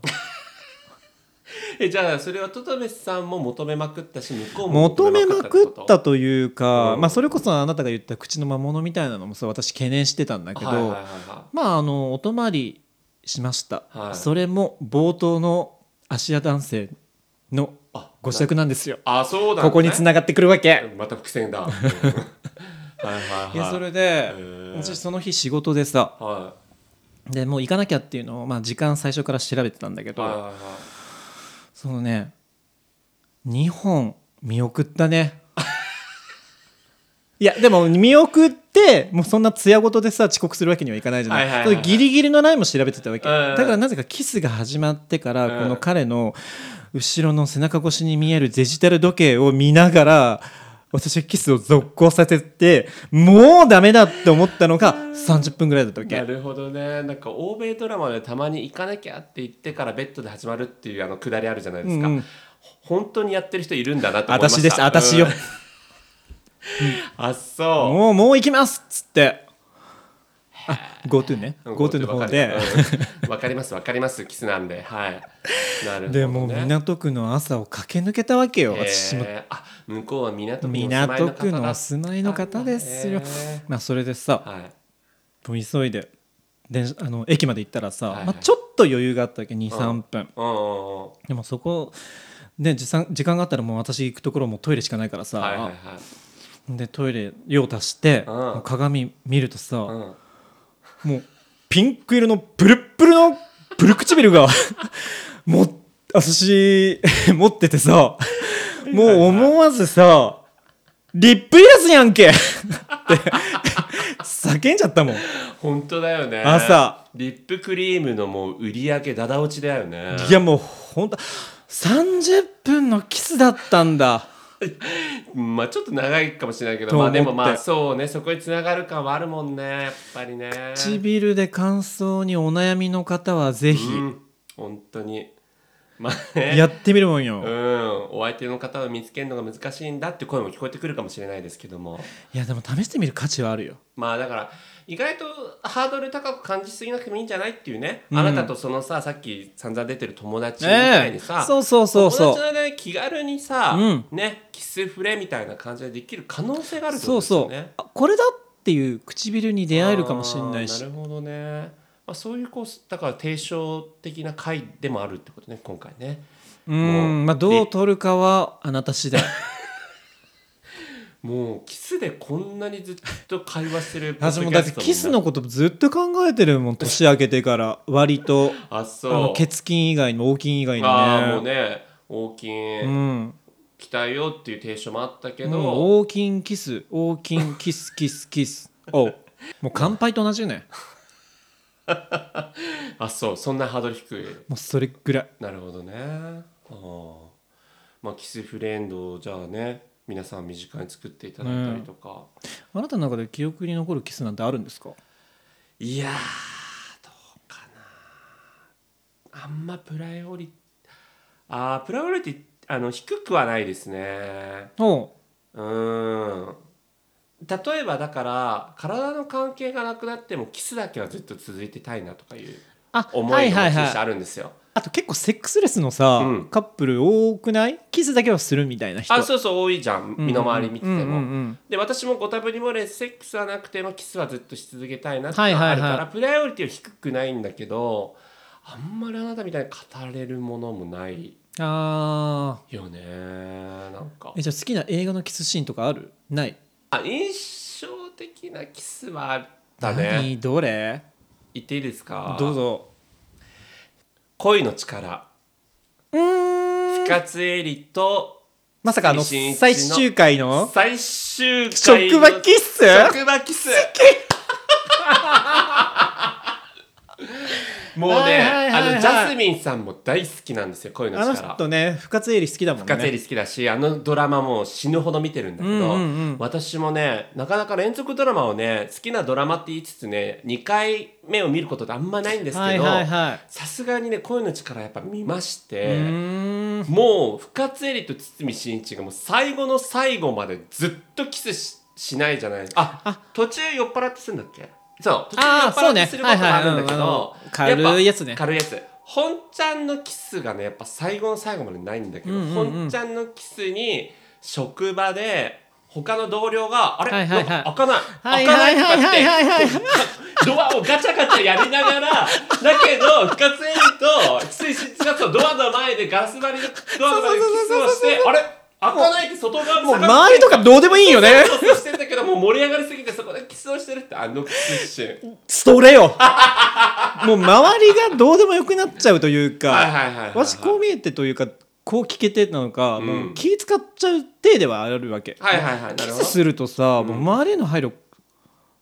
Speaker 1: えじゃあそれはトトメスさんも求めまくったし向こうも
Speaker 2: 求めまくっ
Speaker 1: て
Speaker 2: た
Speaker 1: こと
Speaker 2: いうか、
Speaker 1: うん
Speaker 2: まあ、それこそあなたが言った口の魔物みたいなのもそう私懸念してたんだけど、
Speaker 1: はいはいはいは
Speaker 2: まああのお泊まりしました、
Speaker 1: はい
Speaker 2: それも冒頭の芦屋男性の
Speaker 1: あ
Speaker 2: ご自宅なんですよ、
Speaker 1: いあそうだ、ね、
Speaker 2: ここに繋がってくるわけ、
Speaker 1: また伏線 だはいはいはい
Speaker 2: いやそれ
Speaker 1: へ
Speaker 2: で
Speaker 1: ー
Speaker 2: 私その日仕事でさ
Speaker 1: は
Speaker 2: でもう行かなきゃっていうのを、まあ、時間最初から調べてたんだけ
Speaker 1: いはいはい
Speaker 2: ど
Speaker 1: はい
Speaker 2: そのね2本見送ったね いやでも見送ってもうそんな艶事でさ遅刻するわけにはいかないじゃない,、
Speaker 1: はいはいはいはい
Speaker 2: ギリギリのラインも調べてたわけ、
Speaker 1: うんうん
Speaker 2: だからなぜかキスが始まってから、
Speaker 1: うん
Speaker 2: この彼の後ろの背中越しに見えるデジタル時計を見ながら私はキスを続行させてもうダメだって思ったのが30分ぐらいだったわけ
Speaker 1: なるほどねなんか欧米ドラマでたまに行かなきゃって言ってからベッドで始まるっていうあのくだりあるじゃないですか、
Speaker 2: うんうん
Speaker 1: 本当にやってる人いるんだなと思いました
Speaker 2: 私でした私よ
Speaker 1: うんあそ
Speaker 2: もうもう行きますっつってあ GoTo ね
Speaker 1: う
Speaker 2: GoTo の方で
Speaker 1: うんわかりますわかりますキスなんではいなるほど、ね、
Speaker 2: でもう港区の朝を駆け抜けたわけよ、私も
Speaker 1: えーあ向こうは港区にお住まいの方
Speaker 2: 港
Speaker 1: だ
Speaker 2: 区のお住まいの方ですよ、
Speaker 1: へ
Speaker 2: まあそれでさ、
Speaker 1: ーはい
Speaker 2: 急いで電車あの駅まで行ったらさ、
Speaker 1: はいはい
Speaker 2: まあ、ちょっと余裕があったわけ23、分、
Speaker 1: うんうんうん
Speaker 2: でもそこで時間時間があったらもう私行くところもうトイレしかないからさ、
Speaker 1: はいはいはい
Speaker 2: でトイレ用足して、
Speaker 1: うん
Speaker 2: もう鏡見るとさ、
Speaker 1: うん
Speaker 2: もうピンク色のプルップルのプル唇が もう私 持っててさもう思わずさリップイラスやんけ って叫んじゃったもんい
Speaker 1: 本当だよね
Speaker 2: 朝
Speaker 1: リップクリームのもう売り上げダダ落ちだよね
Speaker 2: やもうほんと30分のキスだったんだ
Speaker 1: まあちょっと長いかもしれないけど
Speaker 2: と
Speaker 1: ま
Speaker 2: 思っ
Speaker 1: あ
Speaker 2: て
Speaker 1: でもまあそうねそこにつながる感はあるもんねやっぱりね
Speaker 2: 唇で乾燥にお悩みの方はぜひ
Speaker 1: うん本当にまあね
Speaker 2: やってみるもんよ、
Speaker 1: うん、お相手の方を見つけるのが難しいんだって声も聞こえてくるかもしれないですけども
Speaker 2: いやでも試してみる価値はあるよ
Speaker 1: まあだから意外とハードル高く感じすぎなくてもいいんじゃないっていうね、あなたとそのささっき散々出てる友達みたいにさ、
Speaker 2: そうそうそうそ
Speaker 1: 友
Speaker 2: う
Speaker 1: 達の間で気軽にさ、
Speaker 2: うん
Speaker 1: ねキスフレみたいな感じでできる可能性があるってこ
Speaker 2: そ
Speaker 1: と
Speaker 2: う
Speaker 1: ですよ
Speaker 2: そう、
Speaker 1: ね。
Speaker 2: あこれだっていう唇に出会えるかもしれないし
Speaker 1: あーなるほどね、まあ、そういうこうだから提唱的な回でもあるってことね今回ね
Speaker 2: うーんまあどう取るかはあなた 次第
Speaker 1: もうキスでこんなにずっと会話して る
Speaker 2: 私もだってキスのことずっと考えてるもん年明けてから割と
Speaker 1: あ
Speaker 2: あ
Speaker 1: そう
Speaker 2: の血筋以外にも黄筋以外に
Speaker 1: あーもう
Speaker 2: ね
Speaker 1: ね大きい、
Speaker 2: うん
Speaker 1: 来たよっていう提唱もあったけど、
Speaker 2: もう黄筋キス黄筋キスキスキスおうもう乾杯と同じよね
Speaker 1: あそうそんなハードル低い
Speaker 2: もうそれぐらい
Speaker 1: なるほどねあーまあキスフレンドをじゃあね皆さん身近に作っていただいたりとか、
Speaker 2: あなたの中で記憶に残るキスなんてあるんですか
Speaker 1: いやーどうかなあんまプライオリあープライオリティあの低くはないですね
Speaker 2: おう
Speaker 1: うーん例えばだから体の関係がなくなってもキスだけはずっと続いてたいなとかいう
Speaker 2: あ
Speaker 1: 思
Speaker 2: はいい
Speaker 1: が
Speaker 2: はい
Speaker 1: 私と
Speaker 2: は
Speaker 1: し
Speaker 2: い
Speaker 1: てあるんですよ、
Speaker 2: あと結構セックスレスのさ、
Speaker 1: うん
Speaker 2: カップル多くないキスだけはするみたいな人
Speaker 1: あそうそう多いじゃん身の回り見てても、で私もご多分にもれセックスはなくてもキスはずっとし続けたいなってのがあるから、
Speaker 2: はいはいは
Speaker 1: プライオリティは低くないんだけどあんまりあなたみたいに語れるものもない
Speaker 2: あ
Speaker 1: よねなんか
Speaker 2: えじゃあ好きな映画のキスシーンとかあるない
Speaker 1: あ印象的なキスはあったね
Speaker 2: 何どれ
Speaker 1: 言っていいですか
Speaker 2: どうぞ
Speaker 1: 恋の力
Speaker 2: うーん
Speaker 1: 深津絵里と
Speaker 2: まさかあの
Speaker 1: 最新一の
Speaker 2: 最終回の
Speaker 1: 最終回の
Speaker 2: 職場キス
Speaker 1: 職場キス もうね、
Speaker 2: はいはいはいはい
Speaker 1: あのジャスミンさんも大好きなんですよ声の
Speaker 2: あの
Speaker 1: 力
Speaker 2: 人ね深津絵里好きだもんね
Speaker 1: 深津絵里好きだしあのドラマも死ぬほど見てるんだけど、
Speaker 2: うんうんうん
Speaker 1: 私もねなかなか連続ドラマをね好きなドラマって言いつつね2回目を見ることってあんまないんです
Speaker 2: は
Speaker 1: け
Speaker 2: い
Speaker 1: ど
Speaker 2: はいはい
Speaker 1: さすがにね声の力やっぱ見まして。
Speaker 2: うーん
Speaker 1: もう深津絵里と堤真一がもう最後の最後までずっとキスししないじゃないあ途中酔っ払ってするんだっけそう途中酔
Speaker 2: あ
Speaker 1: っ
Speaker 2: ーそう
Speaker 1: 払っ
Speaker 2: ね
Speaker 1: てすることもあるんだけ
Speaker 2: は
Speaker 1: ど
Speaker 2: いはいはいうんあの軽いやつね
Speaker 1: っぱ軽いやつ本ちゃんのキスがねやっぱ最後の最後までないんだけど、
Speaker 2: うんうんうん
Speaker 1: 本ちゃんのキスに職場で他の同僚があれ、
Speaker 2: はいはいはい
Speaker 1: なんか開かない、
Speaker 2: は
Speaker 1: 開
Speaker 2: い
Speaker 1: かな
Speaker 2: はいい
Speaker 1: とかっ
Speaker 2: はいは
Speaker 1: て
Speaker 2: いはいはい
Speaker 1: ドアをガチャガチャやりながら、だけど、深津絵里と、水質がそうドアの前でガラス張りのドアの前でキスをして、あれ開かないで外側
Speaker 2: もう
Speaker 1: も
Speaker 2: 周りとかどうでもいいよね
Speaker 1: そうそうしてんだけど、もう盛り上がりすぎてそこでキスをしてるって、あのキスシ ーン。
Speaker 2: それよもう周りがどうでもよくなっちゃうというか
Speaker 1: はいはいはいはいはい
Speaker 2: わしこう見えてというかこう聞けてなのか、
Speaker 1: ん
Speaker 2: もう気使っちゃう手ではあるわけ、
Speaker 1: はいはいはい。な
Speaker 2: キ
Speaker 1: るほ
Speaker 2: ス
Speaker 1: ど。
Speaker 2: するとさ、もう周りへの配慮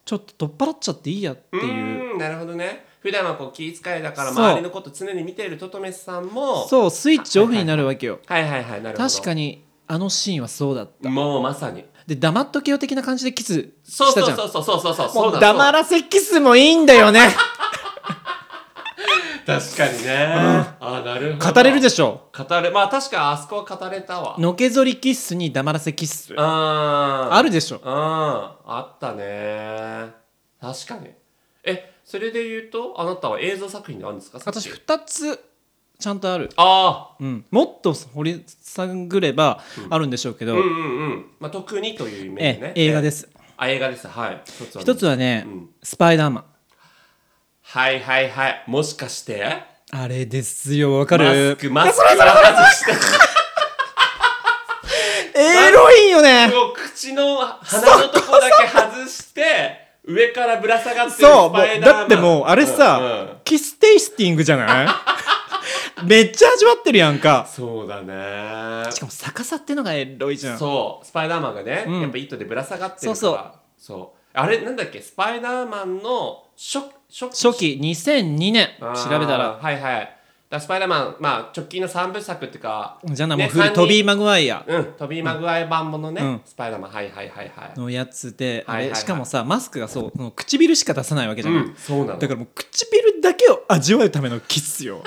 Speaker 2: ちょっと取っ払っちゃっていいやっていう
Speaker 1: うーんなるほどね。普段はこう気遣いだから、
Speaker 2: そう
Speaker 1: 周りのこと常に見ているトトメスさんも、
Speaker 2: そうスイッチオフになるわけよ、
Speaker 1: はいはいはい、なるほど。
Speaker 2: 確かにあのシーンはそうだった
Speaker 1: もうまさに。
Speaker 2: で黙っとけよ的な感じでキス
Speaker 1: そう
Speaker 2: した
Speaker 1: そ
Speaker 2: じ
Speaker 1: う
Speaker 2: ゃん
Speaker 1: そうそうそうそうそう
Speaker 2: も
Speaker 1: そううだ。
Speaker 2: 黙らせキスもいいんだよね
Speaker 1: 確かにね。ああ、なるほど。
Speaker 2: 語れるでしょ
Speaker 1: 語れまあ確かあそこは語れたわ
Speaker 2: のけぞりキッスに黙らせキッス
Speaker 1: あ
Speaker 2: あるでしょ
Speaker 1: うんあったね確かにえそれで言うとあなたは映像作品であるんですか
Speaker 2: 私
Speaker 1: あ
Speaker 2: 2つちゃんとある、
Speaker 1: あ
Speaker 2: うん、もっと掘り下ぐればあるんでしょうけど、
Speaker 1: ーうんうんうん、まあ、特にというイメージ
Speaker 2: え
Speaker 1: ね
Speaker 2: え映画ですす
Speaker 1: あ映画ですはい一つは
Speaker 2: 一つはね、
Speaker 1: うん
Speaker 2: スパイダーマン
Speaker 1: はいはいはいもしかして
Speaker 2: あれですよわか
Speaker 1: マ
Speaker 2: る
Speaker 1: スクマスクを外して
Speaker 2: エロいよね
Speaker 1: もう口の鼻のとこだけ外して上からぶら下がってる
Speaker 2: そう
Speaker 1: ス
Speaker 2: も
Speaker 1: パイ
Speaker 2: う
Speaker 1: ダーマン
Speaker 2: だってもうあれさ、
Speaker 1: うんうん
Speaker 2: キステイスティングじゃない めっちゃ味わってるやんか
Speaker 1: そうだね
Speaker 2: しかも逆さってのがエロいじゃん
Speaker 1: そうスパイダーマンがね、
Speaker 2: うん
Speaker 1: やっぱ糸でぶら下がってるから
Speaker 2: そうそう
Speaker 1: そうあれなんだっけスパイダーマンの初初
Speaker 2: 初期2002年
Speaker 1: あー
Speaker 2: 調べたら
Speaker 1: はいはいだからスパイダーマンまあ直近の3部作っていうか
Speaker 2: じゃあなもう
Speaker 1: ね
Speaker 2: フル
Speaker 1: 三人
Speaker 2: トビー・マグワイア
Speaker 1: うんトビー・マグワイ版ものね、
Speaker 2: うん
Speaker 1: スパイダーマンはいはいはいはい
Speaker 2: のやつで、
Speaker 1: はいはい
Speaker 2: あ
Speaker 1: は
Speaker 2: れ
Speaker 1: い
Speaker 2: しかもさマスクがそうその唇しか出さないわけじゃない、
Speaker 1: うんそうなの
Speaker 2: だからもう唇だけを味わうためのキスよ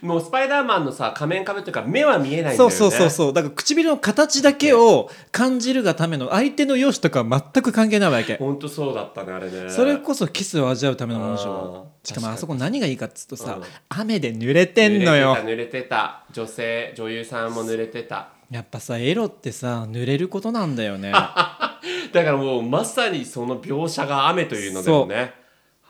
Speaker 1: もうスパイダーマンのさ仮面かぶってるから目は見えないんだよね
Speaker 2: そうそうそうそうだから唇の形だけを感じるがための相手の容姿とかは全く関係ないわけ
Speaker 1: ほんとそうだったねあれね
Speaker 2: それこそキスを味わうためのものでし
Speaker 1: あー
Speaker 2: ょしか
Speaker 1: 確
Speaker 2: も
Speaker 1: かに
Speaker 2: あそこ何がいいかっつうとさ
Speaker 1: うん
Speaker 2: 雨で濡れてんのよ
Speaker 1: 濡れてた濡れてた女性女優さんも濡れてた
Speaker 2: やっぱさエロってさ濡れることなんだよね
Speaker 1: だからもうまさにその描写が雨というのでもね、はいはい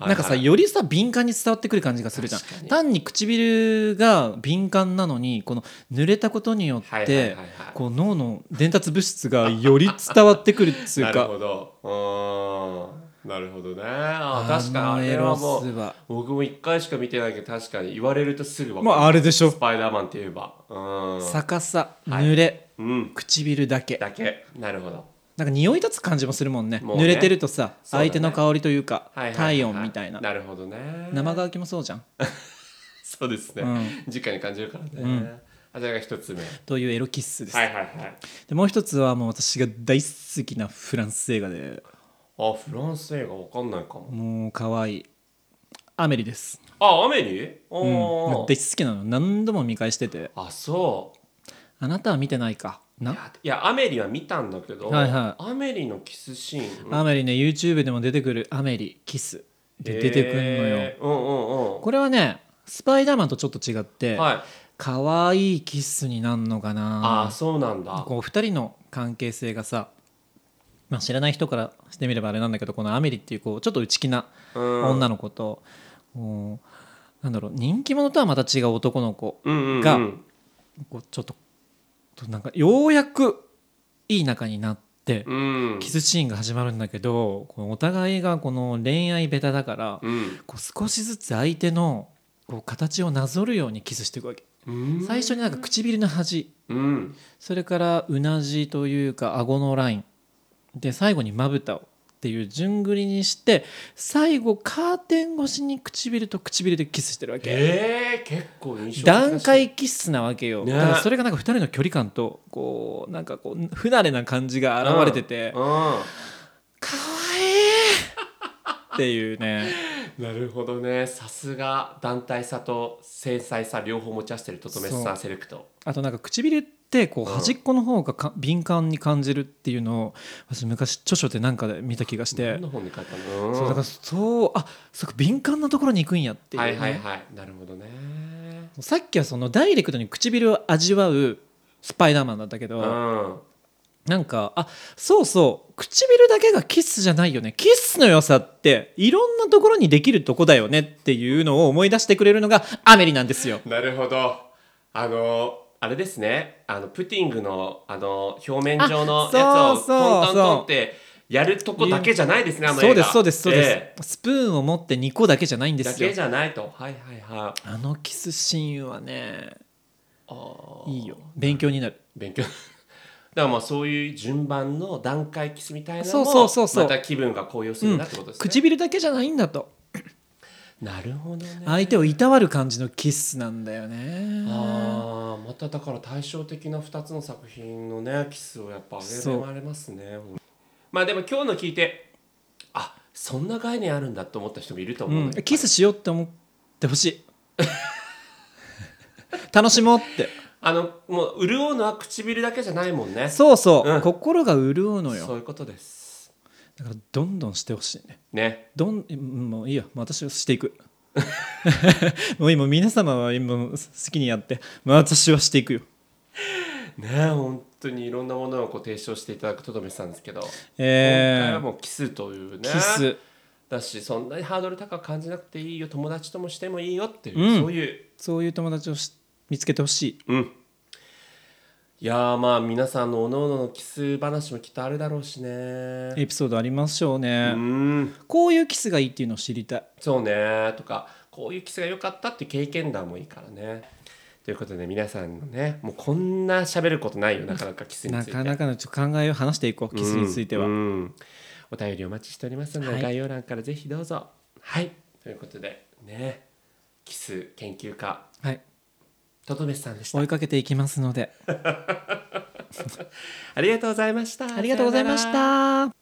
Speaker 2: なんかさよりさ敏感に伝わってくる感じがするじゃん
Speaker 1: 確かに
Speaker 2: 単に唇が敏感なのにこの濡れたことによって、
Speaker 1: はいはいはいはい
Speaker 2: こう脳の伝達物質がより伝わってくるっつう
Speaker 1: なる
Speaker 2: か
Speaker 1: ほどうーんなるほどねあ
Speaker 2: あの
Speaker 1: 確かにあれはも
Speaker 2: エロス
Speaker 1: う
Speaker 2: は
Speaker 1: 僕も一回しか見てないけど確かに言われるとすぐ分かる、
Speaker 2: まああれでしょ
Speaker 1: スパイダーマンって言えばうーん
Speaker 2: 逆さ
Speaker 1: はい
Speaker 2: 濡れ、
Speaker 1: うん
Speaker 2: 唇だけ
Speaker 1: だけなるほど
Speaker 2: なんか匂い立つ感じもするもんね
Speaker 1: もうね
Speaker 2: 濡れてるとさ、
Speaker 1: そうだね
Speaker 2: 相手の香りというか、
Speaker 1: はいはいはい
Speaker 2: 体温みたいな
Speaker 1: なるほどね
Speaker 2: 生乾きもそうじゃん
Speaker 1: そうですね、
Speaker 2: う
Speaker 1: 直に感じるからね、あそれが一つ目は
Speaker 2: というエロキッスです、
Speaker 1: いはいはい
Speaker 2: でもう一つはもう私が大好きなフランス映画で
Speaker 1: あフランス映画わかんないかも
Speaker 2: もう可愛いアメリです、
Speaker 1: あ雨に
Speaker 2: うん
Speaker 1: おー、
Speaker 2: 大好きなの何度も見返してて
Speaker 1: あそう
Speaker 2: あなたは見てないかない
Speaker 1: やアメリは見たんだけど、
Speaker 2: はいはい
Speaker 1: アメリのキスシーン
Speaker 2: アメリね YouTube でも出てくるアメリキスで出てくんのよ、
Speaker 1: えーうんうんうん
Speaker 2: これはねスパイダーマンとちょっと違って、
Speaker 1: はい
Speaker 2: 可愛いキスになんのか
Speaker 1: ああ
Speaker 2: な
Speaker 1: そうなんだ
Speaker 2: こう2人の関係性がさ、まあ、知らない人からしてみればあれなんだけどこのアメリっていうこうちょっと内気な
Speaker 1: うん
Speaker 2: 女の子と、こうなんだろう人気者とはまた違う男の子
Speaker 1: うんうんうん
Speaker 2: がこうちょっととなんかようやくいい仲になって、
Speaker 1: うん
Speaker 2: キスシーンが始まるんだけどこのお互いがこの恋愛ベタだから、
Speaker 1: うん
Speaker 2: こう少しずつ相手のこう形をなぞるようにキスしていくわけ、
Speaker 1: うん
Speaker 2: 最初になんか唇の端
Speaker 1: うん
Speaker 2: それからうなじというか顎のラインで最後にまぶたをっていう順繰りにして最後カーテン越しに唇と唇でキスしてるわけ、
Speaker 1: えー、結構印象的だし
Speaker 2: 段階キスなわけよ、
Speaker 1: ね
Speaker 2: だからそれがなんか2人の距離感とこうなんかこう不慣れな感じが現れてて、
Speaker 1: う
Speaker 2: かわいいっていうね
Speaker 1: ん、なるほどねさすが団体差と繊細さ両方持ち合わせてるトトメスさ
Speaker 2: そ
Speaker 1: ん
Speaker 2: う
Speaker 1: セレクト
Speaker 2: あとなんか唇ってこう
Speaker 1: うん
Speaker 2: 端っこの方がか敏感に感じるっていうのを私昔著書でなんかで見た気がして
Speaker 1: 何の本に書いたのうん
Speaker 2: そうだからそうあそっか敏感なところに行くんやっていう
Speaker 1: はいはい
Speaker 2: ね
Speaker 1: はいなるほどね
Speaker 2: さっきはそのダイレクトに唇を味わうスパイダーマンだったけ
Speaker 1: う
Speaker 2: ど
Speaker 1: ん
Speaker 2: なんかあそうそう唇だけがキスじゃないよねキスの良さっていろんなところにできるとこだよねっていうのを思い出してくれるのがアメリなんですよ。
Speaker 1: なるほどあのあれですねあのプティングのあの表面上のやつ
Speaker 2: あ
Speaker 1: を
Speaker 2: そうそう
Speaker 1: トントント
Speaker 2: そ
Speaker 1: ンってやるとこだけじゃないですねあの
Speaker 2: そう
Speaker 1: 映
Speaker 2: で
Speaker 1: 画
Speaker 2: すそうですそうです、
Speaker 1: え
Speaker 2: スプーンを持って2個だけじゃないん
Speaker 1: え
Speaker 2: で
Speaker 1: だ
Speaker 2: すよ
Speaker 1: けじゃないとはいはいはい
Speaker 2: あのキスシーンはね
Speaker 1: あー
Speaker 2: いいよ勉強になる
Speaker 1: 勉強 だからまあそういう順番の段階キスみたいなの
Speaker 2: そう
Speaker 1: も
Speaker 2: そうそうそう
Speaker 1: また気分が高揚するなってことですね、
Speaker 2: 唇だけじゃないんだと
Speaker 1: なるほどね
Speaker 2: 相手をいたわる感じのキスなんだよね
Speaker 1: あーまただから対照的な2つの作品のねキスをやっぱ
Speaker 2: そう
Speaker 1: 上げられますねまあでも今日の聞いてあそんな概念あるんだと思った人もいると
Speaker 2: う
Speaker 1: 思う、
Speaker 2: ん
Speaker 1: ので
Speaker 2: キスしようって思ってほしい 楽しもうって
Speaker 1: あのもう潤うのは唇だけじゃないもんね
Speaker 2: そうそう、
Speaker 1: うん
Speaker 2: 心が潤うの
Speaker 1: そ
Speaker 2: よ
Speaker 1: ういうことです
Speaker 2: だからどんどんしてほしいね
Speaker 1: ね
Speaker 2: どんうんもういいよ私はしていく もう今皆様は今好きにやってまあ私はしていくよ
Speaker 1: ね本当にいろんなものをこう提唱していただくとどめさんですけど、今回
Speaker 2: え
Speaker 1: は
Speaker 2: ー、
Speaker 1: もうキスというね
Speaker 2: キス
Speaker 1: だしそんなにハードル高く感じなくていいよ友達ともしてもいいよっていう、
Speaker 2: うん
Speaker 1: そういう
Speaker 2: そういう友達をし見つけてほしい
Speaker 1: うんいやーまあ皆さんのおのののキス話もきっとあるだろうしね
Speaker 2: エピソードありましょう
Speaker 1: う
Speaker 2: ね、
Speaker 1: ん
Speaker 2: こういうキスがいいっていうのを知りたい
Speaker 1: そうねとかこういうキスが良かったっていう経験談もいいからねということで皆さんのねもうこんな喋ることないよなかなかキスに
Speaker 2: な
Speaker 1: ついて
Speaker 2: かなかのちょっと考えを話していこうキスについては、
Speaker 1: うんうんお便りお待ちしておりますので、
Speaker 2: はい
Speaker 1: 概要欄からぜひどうぞはいということでねキス研究家
Speaker 2: はい
Speaker 1: とどめさんでした
Speaker 2: 追いかけていきますので
Speaker 1: ありがとうございました
Speaker 2: ありがとうございまし
Speaker 1: さよなら
Speaker 2: た